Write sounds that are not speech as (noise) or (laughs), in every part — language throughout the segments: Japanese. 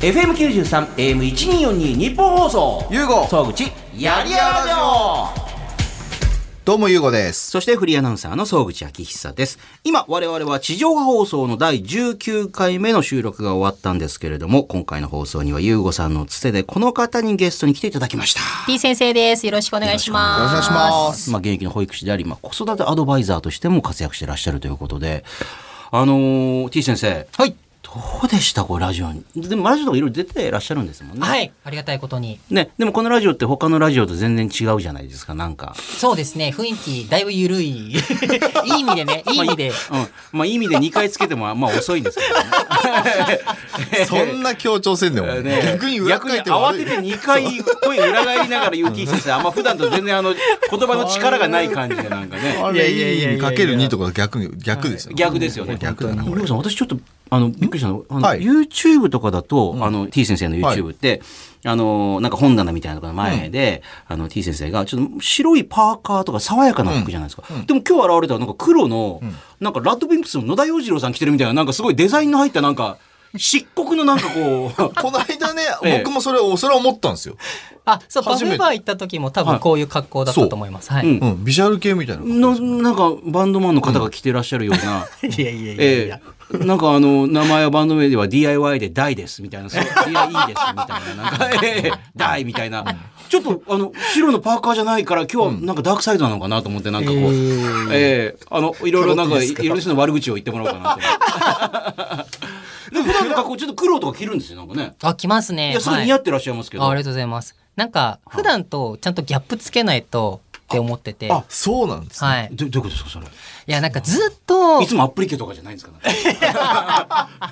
FM93、AM1242 日本放送。ゆうご総口、やりやらじょどうもゆうごですそしてフリーアナウンサーの総口昭久です。今、我々は地上波放送の第19回目の収録が終わったんですけれども、今回の放送にはゆうごさんのつてで、この方にゲストに来ていただきました。 P 先生です。よろしくお願いしよろしくお願まいす。しますまあ、現役の保育士であり、まあ、子育てアドバイザーとしても活躍してらっしゃるということで、あのー、T 先生。はい。どうでしたこれラジオに。でもラジオとかいろいろ出てらっしゃるんですもんね。はい、ありがたいことに。ね、でもこのラジオって他のラジオと全然違うじゃないですか、なんか。そうですね、雰囲気だいぶ (laughs) 緩い。いい意味でね、いい意味で。うん。まあ、いい意味で2回つけても、まあ、遅いんですけどね。そんな強調せんで (laughs) も (laughs) ね逆に裏返っても慌悪いてて2回声裏返りながら言う T 先生あんま普段と全然あの言葉の力がない感じでなんかねあれいい意味かける2とか逆に逆ですよね逆ですよね逆だなゆうこさん私ちょっとあのびっくりしたのあの、はい YouTube とかだと、あの T 先生の YouTube って、あのなんか本棚みたいなとこの前で、あの T 先生がちょっと白いパーカーとか爽やかな服じゃないですか、でも今日現れたなんか黒の、なんかラッドウィンプスの野田洋次郎さん着てるみたいななんかすごいデザインの入ったなんか漆黒のなんかこう (laughs) この間ねええ僕もそれをそれは思ったんですよあ、そう、パ初めフてェバー行った時も多分こういう格好だったと思います。はうい。んうんビジュアル系みたいなのなんかバンドマンの方が着てらっしゃるような、いやいやいやいえや。えなんかあの名前はバンド名では DIY で「大です」みたいな「そう DIY です」みたいななんか「 (laughs) ええ大」みたいなちょっとあの白のパーカーじゃないから今日はなんかダークサイドなのかなと思ってなんかこう、ええあのいろいろなんかいろいろな人の悪口を言ってもらおうかなと (laughs) 思って。で普段の格好ちょっと黒とか着るんですよなんかね。あ、来ますね。いやすごはい似合ってらっしゃいますけど。あありがとうございます。なんか、普段とちゃんとギャップつけないとって思ってて。はあそうなんですねい。どどういうことですかそれ。いいや、なんかずっと、つもアップリケとかじゃないんですか、 (laughs)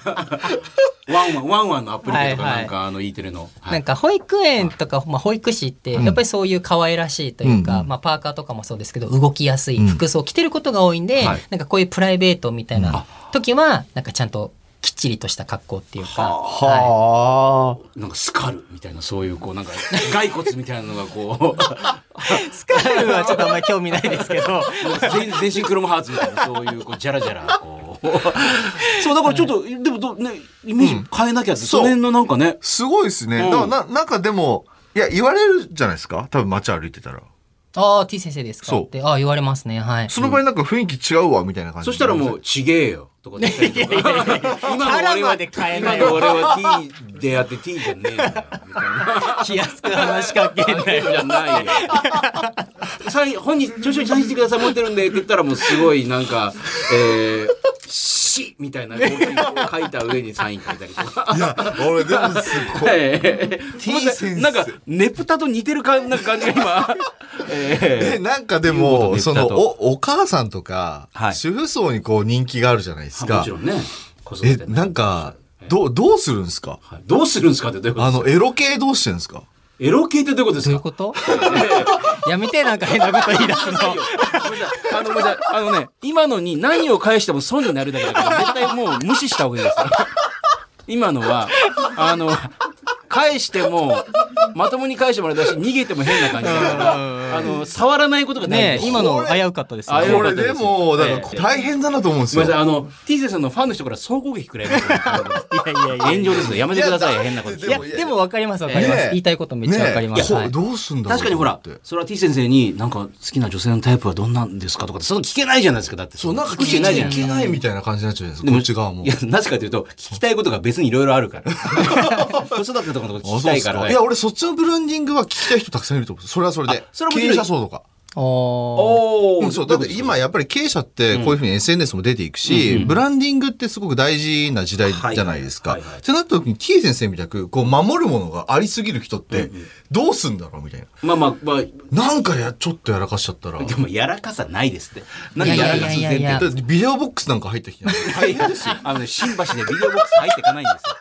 ワンワンワンワンのアップリケとかなんか、あの E テレの。はいなんか保育園とか、まあ、保育士ってやっぱりそういう可愛らしいというか、うんまあ、パーカーとかもそうですけど動きやすい服装を着てることが多いんで、はいなんかこういうプライベートみたいな時はなんかちゃんときっちりとした格好っていうか、ははあなんかスカルみたいなそういうこうなんか骸骨みたいなのがこうい、スカルはちょっとあんまり興味ないですけど全 (laughs) 全身クロムハーツみたいなそういうこうジャラジャラこう (laughs) そうだからちょっと、でもどねイメージ変えなきゃって、その辺のなんかねすごいですねうんだからななんかでもいや言われるじゃないですか多分街歩いてたらああ T 先生ですかそうってああ言われますねはいその場合なんか雰囲気違うわみたいな感じそしたらもう「ちげえよ」と (laughs) か言ったりとか今の腹俺はまで変えな今いの俺は T でやって T じゃねえんだよみたいな。 (laughs) 気安く話しかけじゃないよ。サイン本人調書にサインしてください持ってるんでって言ったらもうすごいなんか「えー、し」みたいなこう書いた上にサイン書いたりとか。いや俺でもすごい (laughs) えー T 先生なんかネプタと似てる感なんか感じが今、 (laughs) ええなんかでいうこともでそのだとおお母さんとか、はい主婦層にこう人気があるじゃないですー、もかちろんね子育えてねなんかどうどうするんですかはいどうするんですかってどういうことあですかのエロ系どうしてるんですかエロ系ってどういうことですどういうかことやめてなんか変なこと言い出すのないよごめんなさいあのごめんなさいあのね今のに何を返しても損になるだけだから絶対もう無視した方がいいです今のはあの返してもまともに返してもらえたし逃げても変な感じだからあの触らないことがないんねですえ今の危うかったですよあねエロこかったれですでもだからええ大変だなと思うんですごよめんなさいあの T 先生のファンの人から総攻撃くらいいやいやいや炎上ですよやめてください変なこといいやでもでも分かります分かります、ねえ言いたいことめっちゃ分かります、ねはえこいうどうすんだろう確かにほらと思ってそれは T 先生になんか好きな女性のタイプはどんなんですかとかってその聞けないじゃないですかだってそうなんか聞聞けいないちじゃゃないいけないみたいな感じになっちゃうじゃないですかもこっち側もいや、なぜかというと、聞きたいことが別にいろいろある (laughs) から。子育てとかのことあ聞きそうたでいすか、からいや俺そっちのブランディングは聞きたい人たくさんいると思うそれはそれであそれはも経ちろん営者層とかおーおうーん、そうだって今やっぱり経営者ってこういうふうに SNS も出ていくし、ブランディングってすごく大事な時代じゃないですか。はいっはいはいてなった時に T 先生みたくこう守るものがありすぎる人ってどうすんだろうみたいな。まあまあ、まあ、なんかやちょっとやらかしちゃったら。でだもやらかさないですって。なんいやでいややらいかやすい前やい提やってビデオボックスなんか入ってきて (laughs) ない。大変ですよ。あのね、新橋でビデオボックス入っていかないんですよ。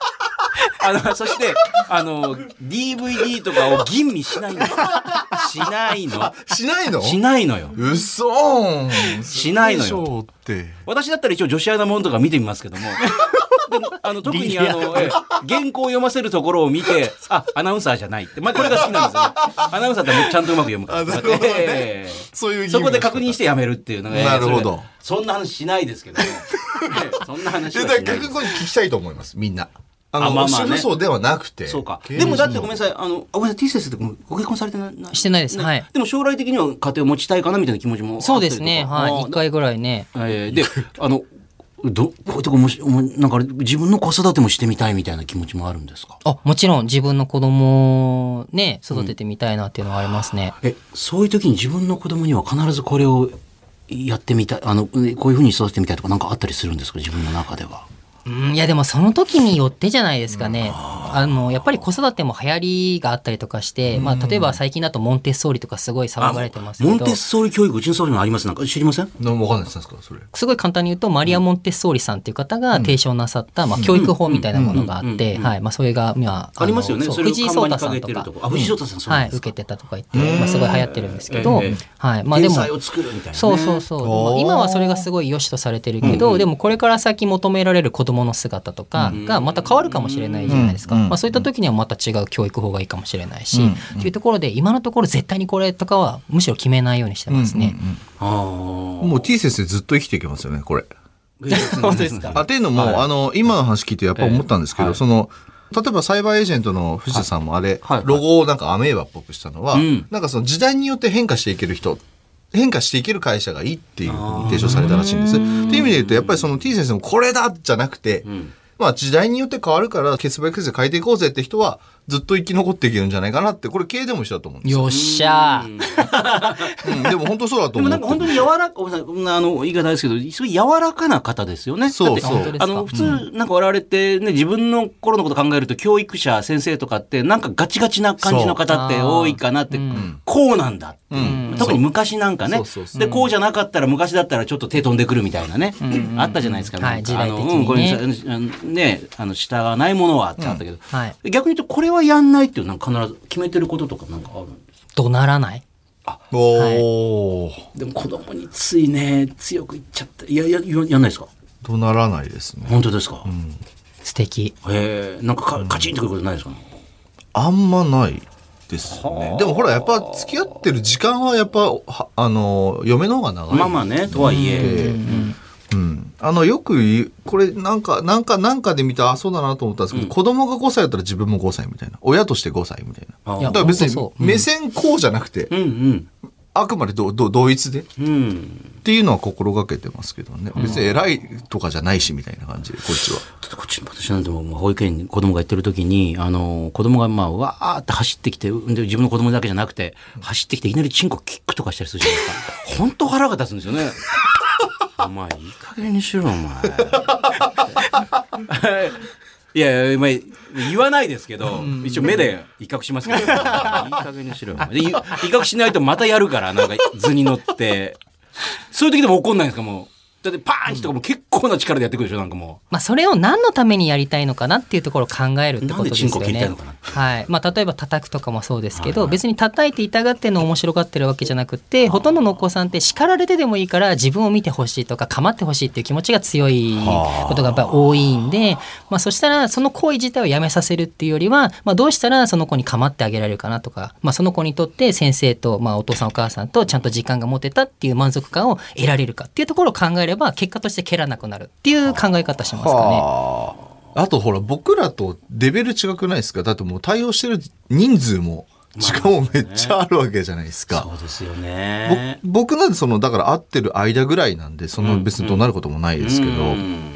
あの、そして、あの、DVD とかを吟味しないの。しないの。しないのしないのよ。うっそーん。しないのよすごでしょうって。私だったら一応女子アナもんとか見てみますけども。でもあの特にあのええ原稿を読ませるところを見て、あ、アナウンサーじゃないって。まあこれが好きなんですよ、ね。アナウンサーってもうちゃんとうまく読むから。 (laughs) あなるほどねええそういう義そ務この仕で方確認してやめるっていうのが、ええなるほどそれそんな話しないですけども。ええそんな話えはだしなからいで逆すにこれ聞きたいと思いますみんな。ああまの、あまあね教えるそうではなくて。そうか。経営でもだって者ごめんなさい、あの、あごめんなさい、T 先生ってご結婚されてないしてないですはいでも将来的には家庭を持ちたいかなみたいな気持ちもあったりとか。そうですね。はい。あー1。回ぐらいね。えーで、あの、ど、 (laughs) こういうとこもし、もうなんか自分の子育てもしてみたいみたいな気持ちもあるんですかあ、もちろん自分の子供をね、育ててみたいなっていうのはありますね。え、そういう時に自分の子供には必ずこれをやってみたい、あの、ねこういうふうに育ててみたいとかなんかあったりするんですか自分の中では。うん、いやでもその時によってじゃないですかね。あの、やっぱり子育ても流行りがあったりとかして、まあ例えば最近だとモンテッソーリとかすごい騒がれてますけモンどテッ、ソーリ教育、うちの総理もありますなんか知りませんのわかんないですか、それ。すごい簡単に言うとマリア・モンテッソーリさんっていう方が提唱なさった、まあ教育法みたいなものがあって、はい。まあそれが、まあ、ありますよね。のそそうれを藤井聡看板太に掲げさんとてるかと。こ。あ、藤井聡太さん、そうは、ないんです受かけてたとか言って、まあ、すごい流行ってるんですけど、ええはい、まあで天も、才を作るみたいなね。そうそうそおう、ーまあ今はそれがすごい良しとされてるけど、でもこれから先求められる子どもの姿とかがまた変わるかもしれないじゃないですか、うんうんまあ、そういった時にはまた違う教育法がいいかもしれないし、っていうところで今のところ絶対にこれとかはむしろ決めないようにしてますね。 (laughs) あもう T 先生ずっと生きていけますよね、これ。あ。本当ですかあっていうのも、あの、今の話聞いてやっぱ思ったんですけど、その、例えばサイバーエージェントの藤田さんもあれ、はいはいロゴをなんかアメーバっぽくしたのは、んなんかその時代によって変化していける人、変化していける会社がいいっていうふうに提唱されたらしいんです。っていう意味で言うと、やっぱりその T 先生もこれだじゃなくて、まあ時代によって変わるから、結ば結ば変えていこうぜって人は、ずっと生き残っていけるんじゃないかなって、これ経営でも一緒だと思うんですよ。よっしゃーうんでも本当そうだとで思もう。なんか (laughs) 本当に柔らか、ごめんなさいこんなあの言い方ですけど、すごい柔らかな方ですよね。そうだってそう本当ですあかの、普通、なんか我々ってね、自分の頃のこと考えると、教育者、先生とかって、なんかガチガチな感じの方って多いかなって、こうなんだっていう。特に昔なんかねそうそう。そうで、こうじゃなかったら、昔だったらちょっと手飛んでくるみたいなね。あったじゃないですか。はなんいかあの時代的にねうんごめんなさいあのね、あの、従わないものはってあったけど。はい、逆に言うと、これはやんないっていう、なんか必ず決めてることとかなんかあるんですか怒鳴らないおー、でも子供についね強く言っちゃったいやいやややんないですかとならないですね。本当ですか、素敵えー、なんかかカチンとくることないですか、あんまないですね。でもほら、やっぱ付き合ってる時間はやっぱ、はあの、嫁の方が長い。まあまあねとはいえ、うん。あの、よく言う、これなんか、なんか、なんかで見た、あ、そうだなと思ったんですけど、子供が5歳だったら自分も5歳みたいな。親として5歳みたいな。あいやだから別に本当、そううん目線こうじゃなくて、うんあくまでどど同一でっうんうんていうのは心がけてますけどね。別に偉いとかじゃないしみたいな感じで、こっちは。ちょっとこっち私なんてもう保育園に子供が行ってる時にあの子供がまあわーって走ってきてで自分の子供だけじゃなくて走ってきていきなりチンコキックとかしたりするじゃないですか本当腹が立つんですよね (laughs) お前いい加減にしろお前 (laughs) いやいや、まあ、言わないですけど、一応目で威嚇しますけど、いい加減にしろよ。で威威嚇しないとまたやるから、なんか図に乗って。そういう時でも怒んないんですか、もう。だってパーンチとかも結構な力でやってくるでしょ、なんかもまあ、それを何のためにやりたいのかなっていうところを考えるってことですよなんでチンコ切りたいねのかな。はい。まあ、例えば叩くとかもそうですけど、別に叩いて痛がってのを面白がってるわけじゃなくて、ほとんどのお子さんって叱られてでもいいから自分を見てほしいとか構ってほしいっていう気持ちが強いことがやっぱり多いんで、まあ、そしたらその行為自体をやめさせるっていうよりは、まあ、どうしたらその子に構ってあげられるかなとか、まあ、その子にとって先生と、まあ、お父さんお母さんとちゃんと時間が持てたっていう満足感を得られるかっていうところを考えれば、結果として蹴らなくなるっていう考え方しますかね。はああとほら僕らとレベル違くないですかだってもう対応してる人数も時間もめっちゃあるわけじゃないですう。か。うですよぼね。僕なんてそのだから会ってる間ぐらいなんでその別にどうなることもないですけど、うん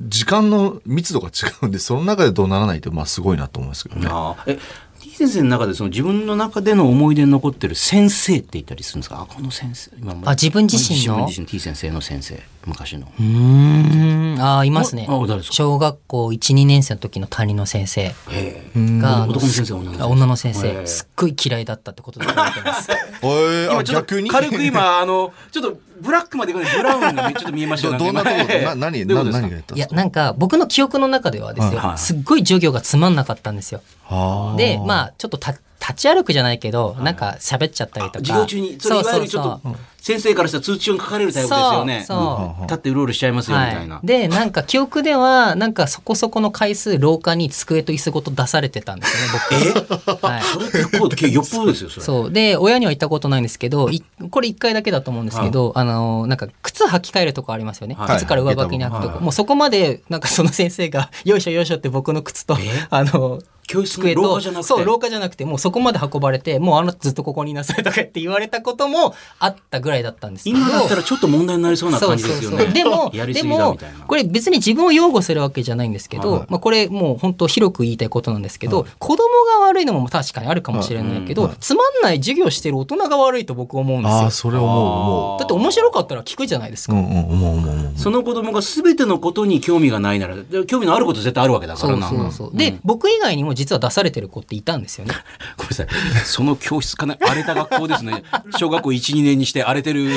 時間の密度が違うんでその中でどうならないってまあすごいなと思うんですけどね。ああえ、T 先生の中でその自分の中での思い出に残ってる先生って言ったりするんですかあ、この先生。今もあ自分自身自分の自身 T 先生の先生。昔の。うーん、あーいますねああ誰です。か小学校1、2年生の時の担任の先生えが、あの男の先生女の先生あ女の先生へえすっごい嫌いだったってことだと思っ (laughs) てます。えーあ今ちょっ逆とに軽く今あのちょっとブラックまでいくのにブラウンがちょっと見えましたどよどんなとこ今な何どういうことでな何すがかやったんいでやす、かなんか僕の記憶の中ではですはよいは、いすっごい授業がつまんなかったんですよ。あーで、まあ、ちょっとた立ち歩くじゃないけど、なんか喋っちゃったりとか。授業中に、それいわゆるちょっと、先生からしたら通知書に書かれるタイプですよね。そうそううん立ってうろうろしちゃいますよ、みたいな。でなんか記憶ではなんかそこそこの回数廊下に机と椅子ごと出されてたんですよね僕。はいそれって結構、よっぽどですよ、それ。そうで親には行ったことないんですけどいこれ1回だけだと思うんですけど、あのなんか靴履き替えるとこありますよね、はい靴から上履きに履くとこ、はいもうそこまでなんかその先生が (laughs) 「よいしょよいしょ」って僕の靴とあの教室の机廊と下じゃなくて。そう廊下じゃなくてもうそこまで運ばれてもうあのずっとここにいなさいとかって言われたこともあったぐらいだったんですけど今だったらちょっと問題になりそうな感じですよね。でも、 (laughs) やりですぎだみもたいな。これ別に自分を擁護するわけじゃないんですけど、まあ、これもう本当広く言いたいことなんですけど、子供が悪いのも確かにあるかもしれないけど、つまんない授業してる大人が悪いと僕は思うんですあよあ、。それ思う思だって面白かったら聞くじゃないですう。か。うんうん、思う思う思う。その子供が全てのことに興味がないなら、興味のあること絶対あるわけだかそらうな。そうそう。で、僕以外にも実は出されてる子っていたんですよね。ごめんなさい。その教室かな荒れた学校ですね。 (laughs) 小学校1、2年にして荒れてる。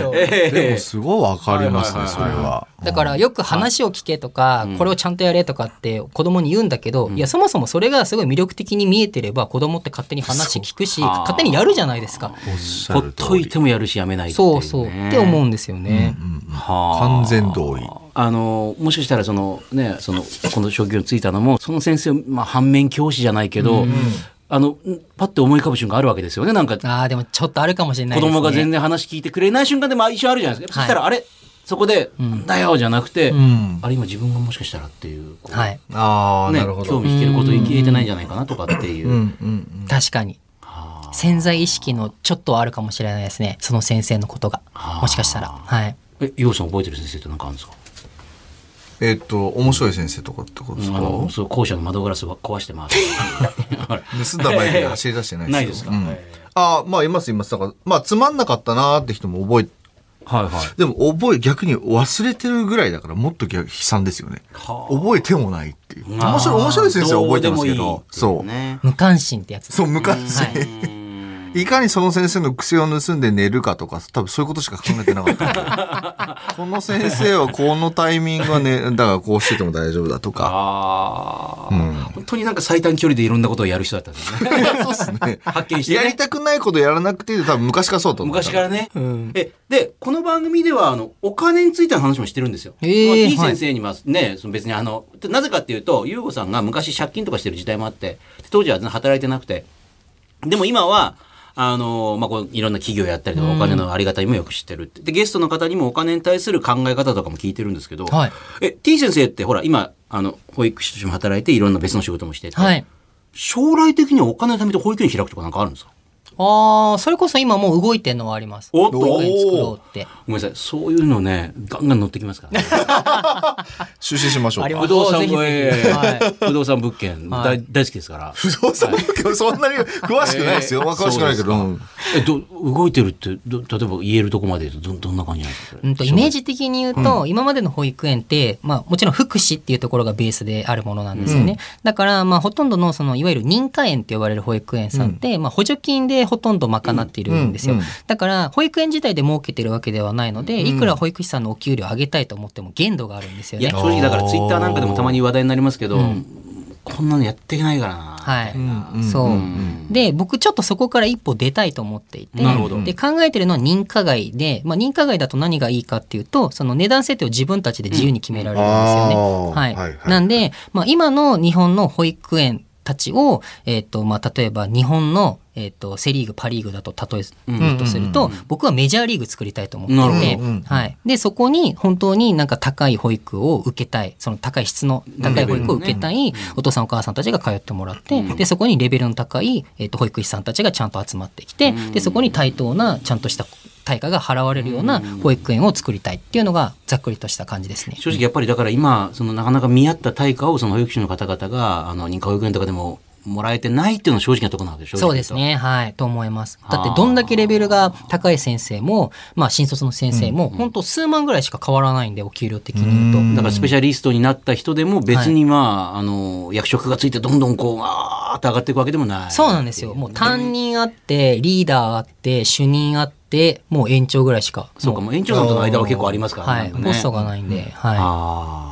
そうでえもえすごいわかりますね、はいそはれいはいは。だからよく話を聞けとか、これをちゃんとやれとかって子供に言うんだけど、いやそもそもそれがすごい魅力的に見えてれば子供って勝手に話聞くしそう勝手にやるじゃないですか。おっしほゃっる通りといてもやるしやめないっていう、ね。そうそうって思うんですよね。はあ完全同意。あのもしかしたらそのねそのこの職業に就いたのもその先生をまあ反面教師じゃないけど、あのんパッて思い浮かぶ瞬間あるわけですよねなんか子ああでもちょっとあるかもしれないですね。供が全然話聞いてくれない瞬間でも一緒あるじゃないですか、はいそしたらあれそこで「なんだよ」じゃなくて、んあれ今自分がもしかしたらっていうこうはいああ、ねなるほど。興味引けること言えてないんじゃないかなとかっていう、うんうん確かにはあ潜在意識のちょっとはあるかもしれないですねその先生のことがもしかしたらはい。えようさん覚えてる先生って何かあるんですかえっと、面白い先生とかってことですかあのそう校舎の窓ガラスは壊してます盗んだバイクで走り出してないないですか、うんはいああ、まあ、います、います。だから、まあ、つまんなかったなーって人も覚え、はいはいでも覚え、逆に忘れてるぐらいだから、もっと逆悲惨ですよね。覚えてもないっていう。面白い、面白い先生は覚えてますけど、そう。ね。無関心ってやつ。そう、昔、い、かにその先生の癖を盗んで寝るかとか、多分そういうことしか考えてなかったんで。この先生はこのタイミングはね、だからこうしてても大丈夫だとか。ああ、本当になんか最短距離でいろんなことをやる人だったんですね。そうですね。発見して、ね。やりたくないことやらなくていいで、多分昔からそうだと思う。昔からね、えでこの番組ではあのお金についての話もしてるんですよ。へーまあ、いい先生にはね、その別にあのなぜかっていうと優吾さんが昔借金とかしてる時代もあって当時は全然働いてなくてでも今はあのまあ、こういろんな企業やったりとかお金のありがたみもよく知ってるってでゲストの方にもお金に対する考え方とかも聞いてるんですけど、はいえ T 先生ってほら今あの保育士としても働いていろんな別の仕事もしてて、はい。将来的にはお金のためと保育園開くとかなんかあるんですかああそれこそ今もう動いてるのはあります。おっと保育園作ろうって。ごめんなさい、そういうのね、ガンガン乗ってきますから、ね。 (laughs) 出資しましょうありか。ま不動産ぜひも、ぜひええはい不動産物件、は大大好きですから。不動産業そんなに詳しくないですよ。まあ詳しくないけど。うんえ、ど、動いてるって、ど例えば言えるとこまで言うと、ど、どんな感じなんですか。それうんとイメージ的に言うと、今までの保育園って、まあ、もちろん福祉っていうところがベースであるものなんですよね、だから、まあ、ほとんどのそのいわゆる認可園って呼ばれる保育園さんって、まあ、補助金でほとんど賄っているんですよ、うんうんだから保育園自体で儲けてるわけではないのでいくら保育士さんのお給料上げたいと思っても限度があるんですよいや、ね。正直だから、ツイッターなんかでもたまに話題になりますけど、こんなのやっていけないからな。はいみたなそう、んで僕ちょっとそこから一歩出たいと思っていてなるほどで考えてるのは認可外で、まあ、認可外だと何がいいかっていうとその値段設定を自分たちで自由に決められるんですよね。うんあーはいはいはいなんで、まあ、今の日本の保育園たちを、えーとまあ、例えば日本の、えー、とセ・リーグパ・リーグだと例えるとすると、僕はメジャーリーグ作りたいと思ってなるほいどて、はい、でそこに本当になんか高い保育を受けたいその高い質の高い保育を受けたいお父さんお母さんたちが通ってもらって、でそこにレベルの高い、えー、と保育士さんたちがちゃんと集まってきて、でそこに対等なちゃんとした対価が払われるような保育園を作りたいっていうのがざっくりとした感じですね。正直やっぱりだから今そのなかなか見合った対価をその保育士の方々があの認可保育園とかでももらえてないっていうのは正直なところなんでしょそうです。ね。はい。と思います。だってはあ、どんだけレベルが高い先生も、まあ、新卒の先生も、本当数万ぐらいしか変わらないんで、お給料的に言うだからスペシャリストになった人でも別にまあ、あの役職がついてどんどんこうわーっと上がっていくわけでもないと。そうなんですよ。もう担任あって、リーダーあって、主任あって、もう延長ぐらいしか。そうかもう園長さんとの間は結構ありますからはい。なんかコストがないんで、はい。あ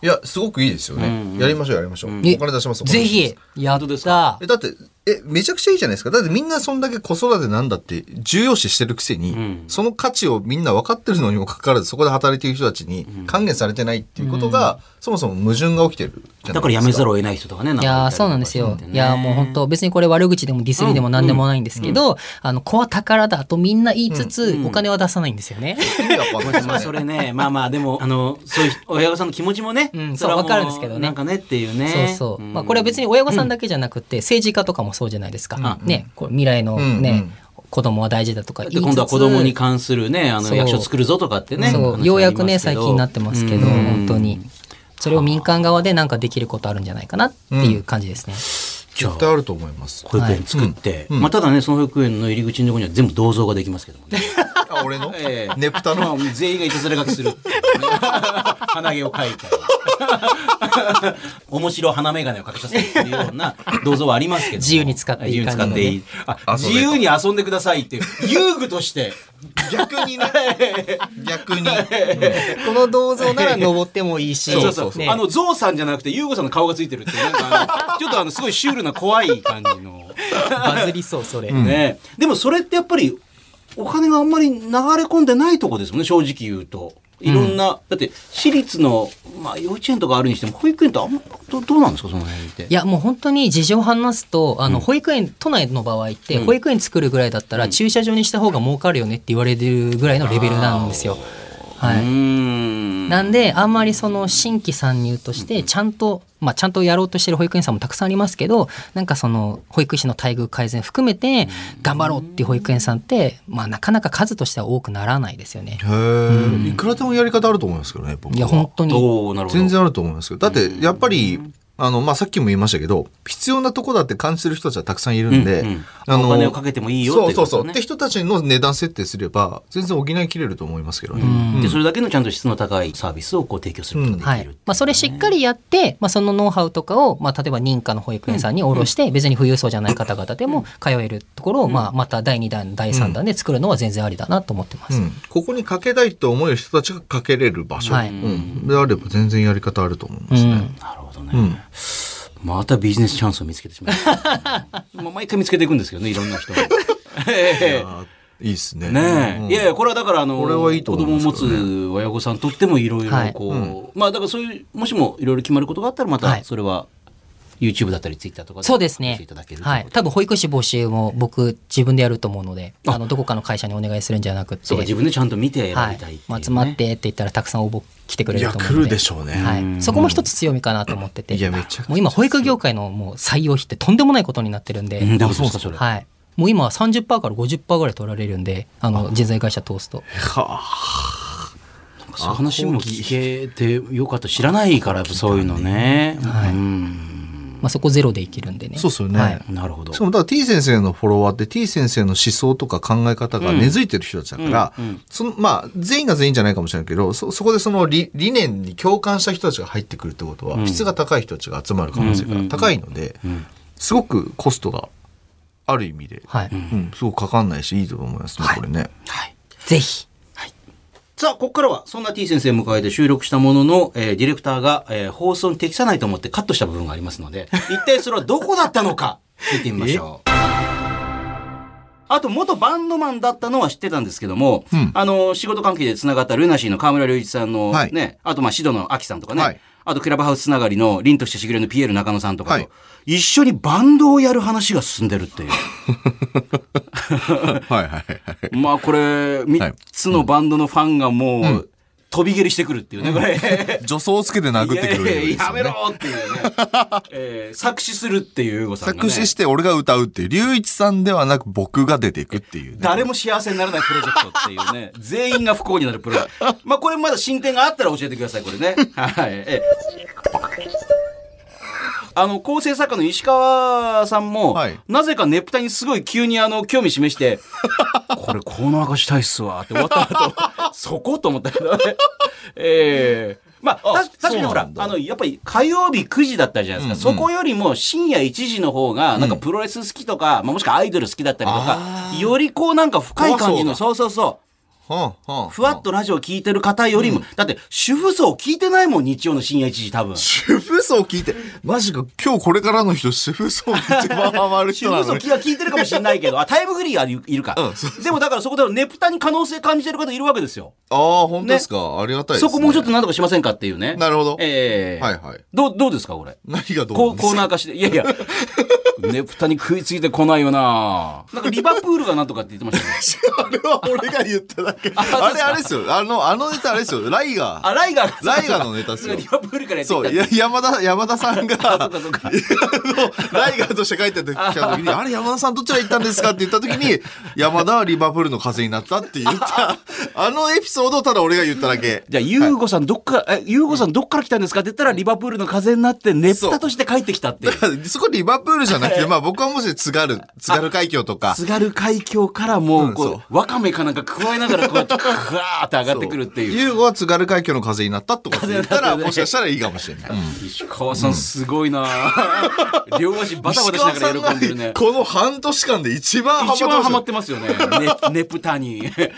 いやすごくいいですよね、うんうんやりましょうやりましょう、お金出しますお金出しまぜすひやっ本当ですたえだってえめちゃくちゃいいじゃないですかだってみんなそんだけ子育てなんだって重要視してるくせに、んその価値をみんな分かってるのにもかかわらずそこで働いてる人たちに還元されてないっていうことが、そもそも矛盾が起きてるじゃないですかだからやめざるを得ない人とかね。いやーそうなんですよ、いやーもう本当別にこれ悪口でもディスりでも何でもないんですけど、あの子は宝だとみんな言いつつ、お金は出さないんですよね、意味わかんないですま (laughs) あそれね、まあまあでもあのそういう親御さんの気持ちもね、うんれはそうわかるんですけどねなんかねっていうね。そうそう、まあ、これは別に親御さんだけじゃなくて政治家とかもそうじゃないですか、ね、こう未来のね、子供は大事だとか言いでつつ今度は子供に関するねあのそう役所作るぞとかってねそう話ようやあくりねますけ最ど近になってますけどうん本当にそれを民間側でなんかできることあるんじゃないかなっていう感じで (laughs) すね、じゃあ絶対あると思い (laughs) ます保育園作って、まあ、ただねその保育園の入り口のところには全部銅像ができますけどもね、あ (laughs) 俺の、 (laughs) ねぷたのまあ全員がいたずら書きするって (laughs) いうね鼻毛を描いたり (laughs) 面白鼻眼鏡をかけさせるっていうような銅像はありますけども自由に使ってい自い由に使っていいあ遊べと自由に遊んでくださいっていう遊具として逆 (laughs) にね逆に、この銅像なら登ってもいいしそうそうそうねあのゾウさんじゃなくてユウゴさんの顔がついてるっていうなんかあのちょっとあのすごいシュールな怖い感じのバズりそうそれ、ね、でもそれってやっぱりお金があんまり流れ込んでないとこですもんね正直言うといろんな、だって私立の、まあ、幼稚園とかあるにしても保育園ってあんまどどうなんですかその辺っていやもう本当に事情を話すとあの保育園、都内の場合って保育園作るぐらいだったら駐車場にした方が儲かるよねって言われてるぐらいのレベルなんですよ。はうーい、んなんであんまりその新規参入としてちゃんと、まあ、ちゃんとやろうとしてる保育園さんもたくさんありますけどなんかその保育士の待遇改善含めて頑張ろうっていう保育園さんって、まあ、なかなか数としては多くならないですよね。へえいくらでもやり方あると思いますけどね僕はいや本当におーなるほど全然あると思いますけどだってやっぱりあの、まあ、さっきも言いましたけど必要なとこだって感じてる人たちはたくさんいるんで、うんうんあのお金をかけてもいいよっていそううそこうそとうねって人たちの値段設定すれば全然補いきれると思いますけどね、でそれだけのちゃんと質の高いサービスをこう提供することがはできいるっていうね、まあ、それしっかりやって、まあ、そのノウハウとかを、まあ、例えば認可の保育園さんに卸して、別に富裕層じゃない方々でも通えるところを、まあ、また第2弾第3弾で作るのは全然ありだなと思ってまうす。んここにかけたいと思える人たちがかけれる場所、はいうん、であれば全然やり方あると思いまうすね。んなるほどね、またビジネスチャンスを見つけてしまいま (laughs) した、まあ毎回見つけていくんですけどねいろんな人をええあいいですね。ねえ、うんいやいやこれはだからあのこれはいいと子思い供をますけ持どつね親御さんにとってもいろいろはいこう、まあだからそういうもしもいろいろ決まることがあったらまはたいそれは YouTube だったり Twitter とかそうです教えてねいただけ。るとはい。多分保育士募集も僕自分でやると思うので、あのどこかの会社にお願いするんじゃなくて、そうか自分でちゃんと見て選はびいたいっていうね、まあ集まってって言ったらたくさん応募来てくれると思うのいや来るでしょうねはい。そこも一つ強みかなと思ってて、いやめちゃくちゃもう今保育業界のもう採用費ってとんでもないことになってるんで、うんでもそうですかそれはい。もう今は30%から50%ぐらい取られるんで、あの人材会社通すと。そういう話も聞けてよかった知らないからやっぱそういうのね、はいうんまあそこゼロでいけるんでね。そうっすよねはいなるほどしかもだから T 先生のフォロワーって T 先生の思想とか考え方が根付いてる人たちだから、そのまあ、全員が全員じゃないかもしれないけどそそこでその理理念に共感した人たちが入ってくるってことは、質が高い人たちが集まる可能性が高いので、すごくコストがある意味で、はいうん、すごくかかんないしいいと思いますね、これね。はいぜひ。さあ、ここからは、そんな T 先生を迎えて収録したものの、えーディレクターが、えー放送に適さないと思ってカットした部分がありますの (laughs) で、一体それはどこだったのか、見てみましょう。あと、元バンドマンだったのは知ってたんですけども、んあの、仕事関係で繋がったルナシーの河村隆一さんのはいね、あと、まあ、シドのアキさんとかね、はいあと、クラブハウスつながりの凛としてしぐれのピエール中野さんとかと、はい一緒にバンドをやる話が進んでるっていう。 (laughs) はいはいはい。まあこれ3つのバンドのファンがもう、飛び蹴りしてくるっていうねこれ。助走をつけて殴ってくるわけですよねいやいややめろっていうね、 (laughs) えー作詞するっていうユーゴさんが、ね、作詞して俺が歌うっていう、隆一さんではなく僕が出ていくっていうね。誰も幸せにならないプロジェクトっていうね (laughs) 全員が不幸になるプロジェクトまあこれまだ進展があったら教えてくださいこれ (laughs) ねはいええあの構成作家の石川さんも、はいなぜかねぷたにすごい急にあの興味示して「これコーナー化したいっすわ」って終わった後そこと思ったけどねええまあ、た確かにほそうならん、だあの、やっぱり火曜日9時だったじゃないですか。そこよりも深夜1時の方が、なんかプロレス好きとか、まあもしくはアイドル好きだったりとか、よりこうなんか深い感じの、そうそうそう。はあはあふわっとラジオ聞いてる方よりも、だって主婦層聞いてないもん、日曜の深夜1時多分。主婦層聞いて、マジか、今日これからの人、主婦層一番ハマる主人な婦層の聞いてるかもしれないけど、あ、タイムフリーはいるか。でもだからそこではネプタに可能性感じてる方いるわけですよ。ああ、本当ですか。ありがたいです、そね。こもうちょっと何とかしませんかっていうね。なるほどええはいはい。どう、どうですか、これ。何がどうこなうんコーナー化して、いやい (laughs) や、ネプタに食いついてこないよななんかリバプールがなんとかって言ってましたね。 (laughs) あれは俺が言っただけ。あそうあですれかあれですよ。あの、あのネタあれですよ。ライガ (laughs) ー。あ、ライガーライガーのネタですよリバプールからやってきたそう、いや山田、山田さんが、そうかそう (laughs) か。ライガーとして帰ってきた時 (laughs) に、あれ山田さんどちら行ったんですかって言った時に、山田はリバプールの風になったって (laughs) 言った、あのエピソードをただ俺が言っただけ。じゃあ、ユーゴさんどっから、え、ユーゴさんどっから来たんですかって言ったら、リバプールの風になって、ネプタとして帰ってきたっていう。そこリバプールじゃなくて、まあ僕はもし津軽、津軽海峡とか、津軽海峡からもうう、んこ、そうわかめかなんか加えながら、こう (laughs) やって、クワーって上がってくるっていう。ユーゴは津軽海峡の風になったとかって言った風ら、になったねもしかしたらいいかもしれない。石川さんすごいな、両足 (laughs) バタバタしながら喜んでるね。この半年間で一番一番ハマっててますよね。ね、ネプタに。 (laughs) え、で、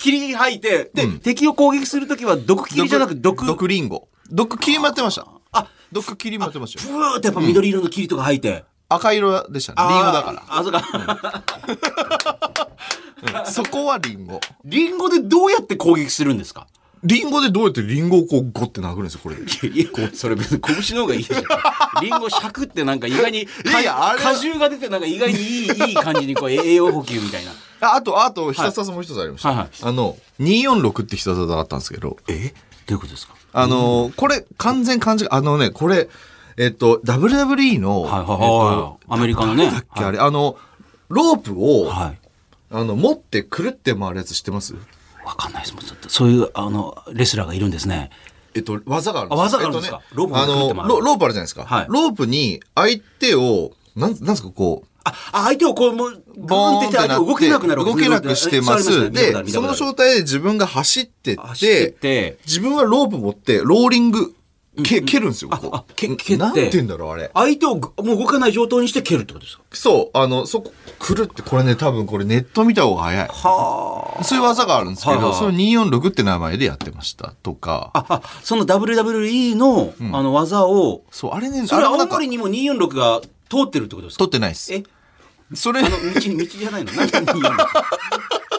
霧吐いて、で、敵を攻撃するときは毒霧じゃなく毒、毒リンゴ。毒切りもやってました。あ、毒切りもやってましたブよ。ーってやっぱ緑色の霧とか吐いて。。赤色でしたね。リンゴだからあ、そうか。ら。そこはリンゴ。リンゴでどうやって攻撃するんですかリンゴでどうやってリンゴをこうゴって殴るんですよ、これ。いや、それ別に拳の方がいいでしょ。リンゴシャクってなんか意外に、やいやあかれ果汁が出てなんか意外にいい、いい感じにこう栄養補給みたいな。ああと、あと、必殺技もう一つありました。はいはいあの、246って必殺技があったんですけど、えどういうことですかあのーこれ、完全漢字が、あのね、これ、えっと、WWE の、はいはいはい。アメリカのね。えっとあれ、あの、ロープを、はい。あの、持ってくるって回るやつ知ってますわかんないですもん。ちょっとそういう、あの、レスラーがいるんですね。えっと、技があるんですよあ技があるんですかえっとロープあをくるって回のるロ、ロープあるじゃないですか。はいロープに相手を、なん、なんですか、こう、あ、あ相手をこう、もう、グーンっボてしーンってて相手なって動けなくなる動けなくしてます。で、その態状態で自分が走ってっ走っててって、自分はロープ持って、ローリング、け、蹴るんですよ、こうあけ蹴ってなんて言うんだろう、あれ。相手をぐもう動かない状態にして蹴るってことですかそう、あの、そこ、くるって、これね、多分これネット見た方が早い。はそういう技があるんですけはいはど、いその246って名前でやってました、とか。あ。あ、その WWE の、あの、技を、そう、あれね、それあ青もなんか森にも246が通ってるってことですか撮ってないです。えそれあ、の、道、道じゃないの何が246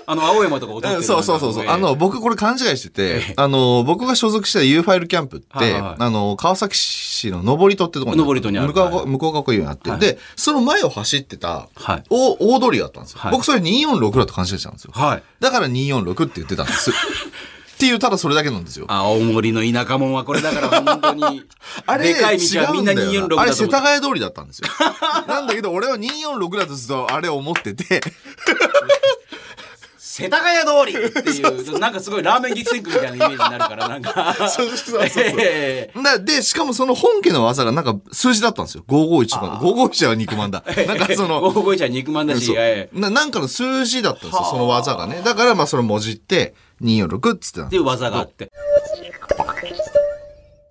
あの、青山とか踊ってるうのん (laughs) そうそうそうそう。あ、の、僕これ勘違いしてて、あの、僕が所属した U ファイルキャンプって、はいはいはいあの、川崎市の上り戸ってところにあって。登戸にある向こうはが、い向こうがこういうのあって、はいで、その前を走ってた、はいお大通りがあったんですよ。はい僕それ246だと勘違いしてたんですよ。はい。だから246って言ってたんです。っていう、ただそれだけなんですよ。青森の田舎もんはこれだから本当に。でかい道はみんな違うんだ246だと思っよてあれ、世田谷通りだったんですよ。なんだけど、俺は246だとずっとあれを思ってて、世田谷通りっていう、なんかすごいラーメン激戦区みたいなイメージになるから、なんか。 (laughs) そうそうそうそうええなで、しかもその本家の技がなんか数字だったんですよ。551とか。551は肉ま (laughs) んだ。なんかその、 551は肉まんだし、そうええななんかの数字だったんですよ、その技がね。だからまあそれもじって、246っつってたんってですいう技があって。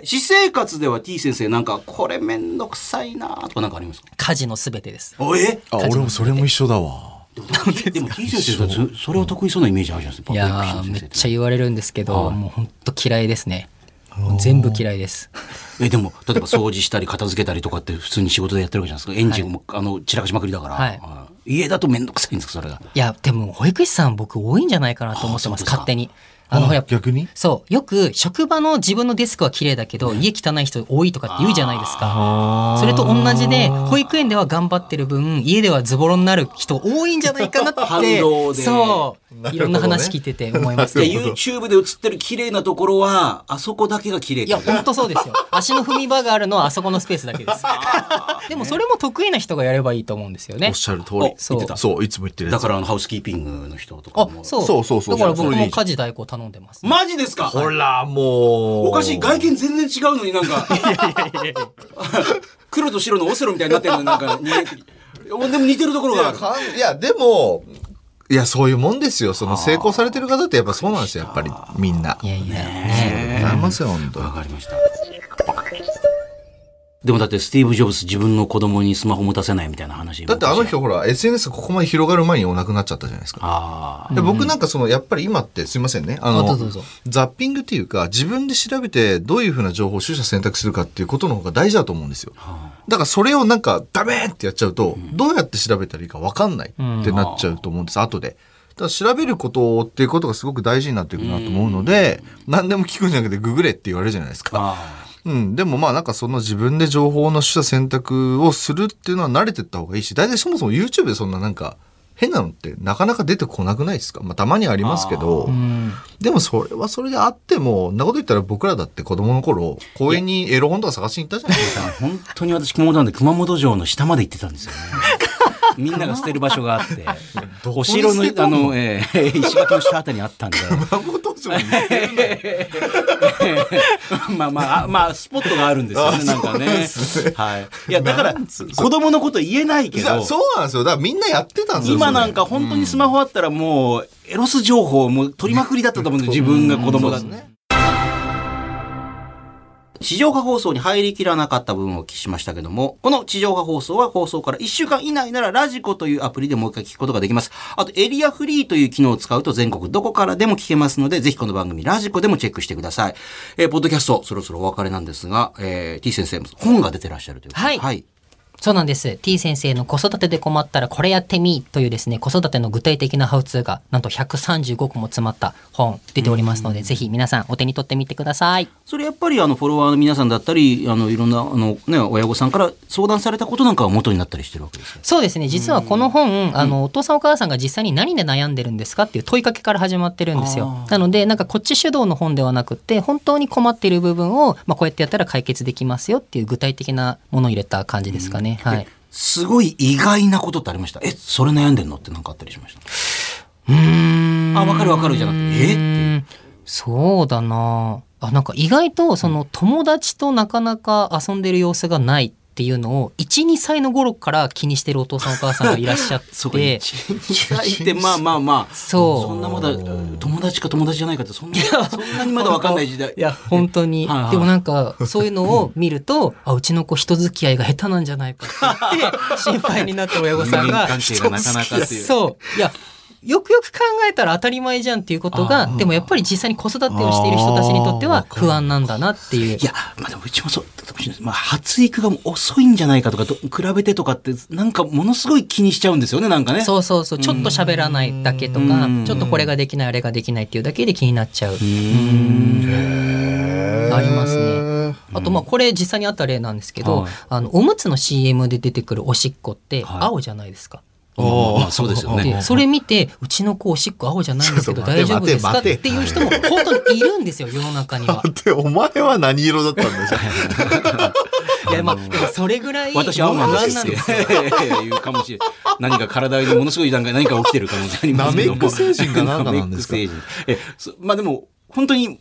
私生活では T 先生なんか、これめんどくさいなとかなんかありますか家事のすべてです。おえあ、俺もそれも一緒だわ。でも T 先生そそれを得意そうなイメージあるじゃないですか。いやーめっちゃ言われるんですけど、もう本当嫌いですね。もう全部嫌いです。え、でも、例えば掃除したり片付けたりとかって普通に仕事でやってるわけじゃないですか。エンジンも、あの、散らかしまくりだから。はいい家だとめんどくさいんですか、それが。いや、でも保育士さん僕多いんじゃないかなと思ってまあそうですす、か勝手に。あの、あほら逆にそう。よく、職場の自分のデスクは綺麗だけど、家汚い人多いとかって言うじゃないですか。それと同じで、保育園では頑張ってる分、家ではズボロになる人多いんじゃないかな (laughs) って。反動でそう。なるほどねいろんな話聞いてて思います。でいや YouTube で映ってる綺麗なところは、あそこだけが綺麗っいてや、こと本当そうですよ。足の踏み場があるのはあそこのスペースだ (laughs) けです。でもそれも得意な人がやればいいと思うんですよおねっ。しゃる通おり。そう言ってたそう、いつも言ってるやだつ。からあのハウスキーピングの人とかも。そう。そうそうそうだから僕それでいもい家事代行頼んでます。マジですかほら、もう。おかしい。外見全然違うのになんか。 (laughs) 黒と白のオセロみたいになってるのになんか似てでも似てるところいがあやる。かんいや、でも、いや、そういうもんですよ。その成功されてる方ってやっぱそうなんですよ、やっぱり、みんな。いやいや、ねありますよ、本当わかりました。でもだってスティーブ・ジョブス自分の子供にスマホ持たせないみたいな話だってあの人ほら SNS がここまで広がる前にお亡くなっちゃったじゃないですか。あで僕なんかそのやっぱり今ってすいませんねあのあどうぞどうぞザッピングっていうか自分で調べてどういうふうな情報を取捨選択するかっていうことの方が大事だと思うんですよだからそれをなんかダメってやっちゃうとどうやって調べたらいいか分かんないってなっちゃうと思うんです後で。だから調べることっていうことがすごく大事になっていくなと思うので何でも聞くんじゃなくてググれって言われるじゃないですあか。あうん、でもまあなんかその自分で情報の取捨選択をするっていうのは慣れてった方がいいし、大体そもそも YouTube でそんななんか変なのってなかなか出てこなくないですかまあたまにありますけど、でもそれはそれであっても、そんなこと言ったら僕らだって子供の頃、公園にエロ本とか探しに行ったじゃない (laughs) ですか。あ本当に私熊本なんで熊本城の下まで行ってたんです (laughs) よねみんなが捨てる場所があってどこおに捨て城たののあの、ええ石垣の下あたりにあったんで (laughs) 孫と一緒にまあまああまあスポットがあるんですよねあなんかそうなんねですねはい、いやだからなんつう子供のこと言えないけさどそうなんですよ。だからみんなやってたんですよ。今なんかそれ本当にスマホあったらもうエロス情報もう取りまくりだったと思うんで自分が子供だっそうてですね地上波放送に入りきらなかった部分をお聞きしましたけども、この地上波放送は放送から1週間以内ならラジコというアプリでもう一回聞くことができます。あとエリアフリーという機能を使うと全国どこからでも聞けますので、ぜひこの番組ラジコでもチェックしてください。えーポッドキャスト、そろそろお別れなんですが、えー、t 先生、本が出てらっしゃるということではいはい。そうなんです。T 先生の子育てで困ったらこれやってみというですね、子育ての具体的なハウツーがなんと135個も詰まった本出ておりますので、ぜひ皆さんお手に取ってみてください。それやっぱりあのフォロワーの皆さんだったり、あのいろんなあのね、親御さんから相談されたことなんかが元になったりしてるわけですよそうですね実はこの本、あのお父さんお母さんが実際に何で悩んでるんですかっていう問いかけから始まってるんですよなのでなんかこっち主導の本ではなくて本当に困っている部分を、まあ、こうやってやったら解決できますよっていう具体的なものを入れた感じですかね、はいすごい意外なことってありました。え、それ悩んでんのってなんかあったりしました。あ、わかるわかるじゃなくて、えっていう。そうだなあなんか意外とその友達となかなか遊んでる様子がないっていうのを12歳の頃から気にしてるお父さんお母さんがいらっしゃっそこにて。意外って、まあまあまあ。そうそんなまだ友達か友達じゃないかって、そんな、そんなにまだわかんない時代。いや本当にはいはいでもなんかそういうのを見るとあうちの子人付き合いが下手なんじゃないかって言って心配になった親御さん人間が関係がなかなかっていうそういやよくよく考えたら当たり前じゃんっていうことがでもやっぱり実際に子育てをしている人たちにとっては不安なんだなっていういや、まあでもうちもそうだったかもしれないです。まあ発育がもう遅いんじゃないかとかと、比べてとかって、なんかものすごい気にしちゃうんですよね、なんかね。そうそうそうちょっと喋らないだけとかちょっとこれができないあれができないっていうだけで気になっちゃうありますね。あとまあこれ実際にあった例なんですけど、はいあのおむつの CM で出てくるおしっこって青じゃないですか。おーまあそうですよねでそれ見てうちの子おしっこ青じゃないんですけちどょっと待大て丈夫ですかっ待てていう人も本当にいるんですよ世の中に (laughs) は。でお前は何色だったんだ (laughs) じゃいやまあでもそれぐらい私青なんですってよ (laughs) いうかもしれない何か体にものすごい段階何か起きてる可能性ありますけどもナメック星人かなんかなんですかナメック星人えそまあでも本当に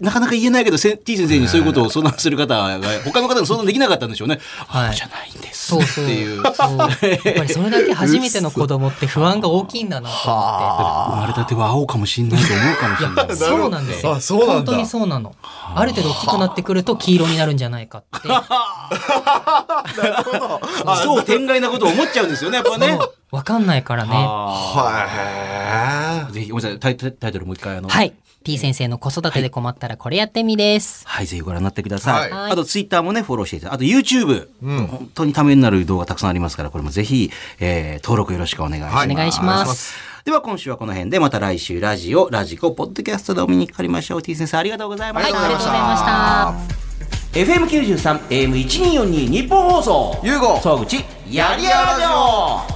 なかなか言えないけどせ T 先生にそういうことを相談する方が他の方が相談できなかったんでしょうね。はいあじゃないんですそうそうっていうそうやっぱりそれだけ初めての子供って不安が大きいんだなと思って。生まれたては青かもしれないと思う (laughs) かもしれない。そうなんですよ。あそうなんだ本当にそうなの。ある程度大きくなってくると黄色になるんじゃない (laughs) かって。あそう天外なことを思っちゃうんですよねやっぱねも。うわかんないからね。あ。へえ。ぜひごめんなさいタイタイトルもう一回あのはい。T 先生の子育てで困ったらこれやってみです。はい、ぜひご覧になってください。はいあと、ツイッターもね、フォローしていただいて、あと、YouTube、ん本当にためになる動画たくさんありますから、これもぜひ、えー登録よろしくお願いします。はいお願いします。では、今週はこの辺で、また来週、ラジオ、ラジコ、ポッドキャストでお見にかかりましょう。t 先生、ありがとうございまはい、あしりた。がとうございました。 FM93、AM1242、日本放送。ゆうご総口、やりやろう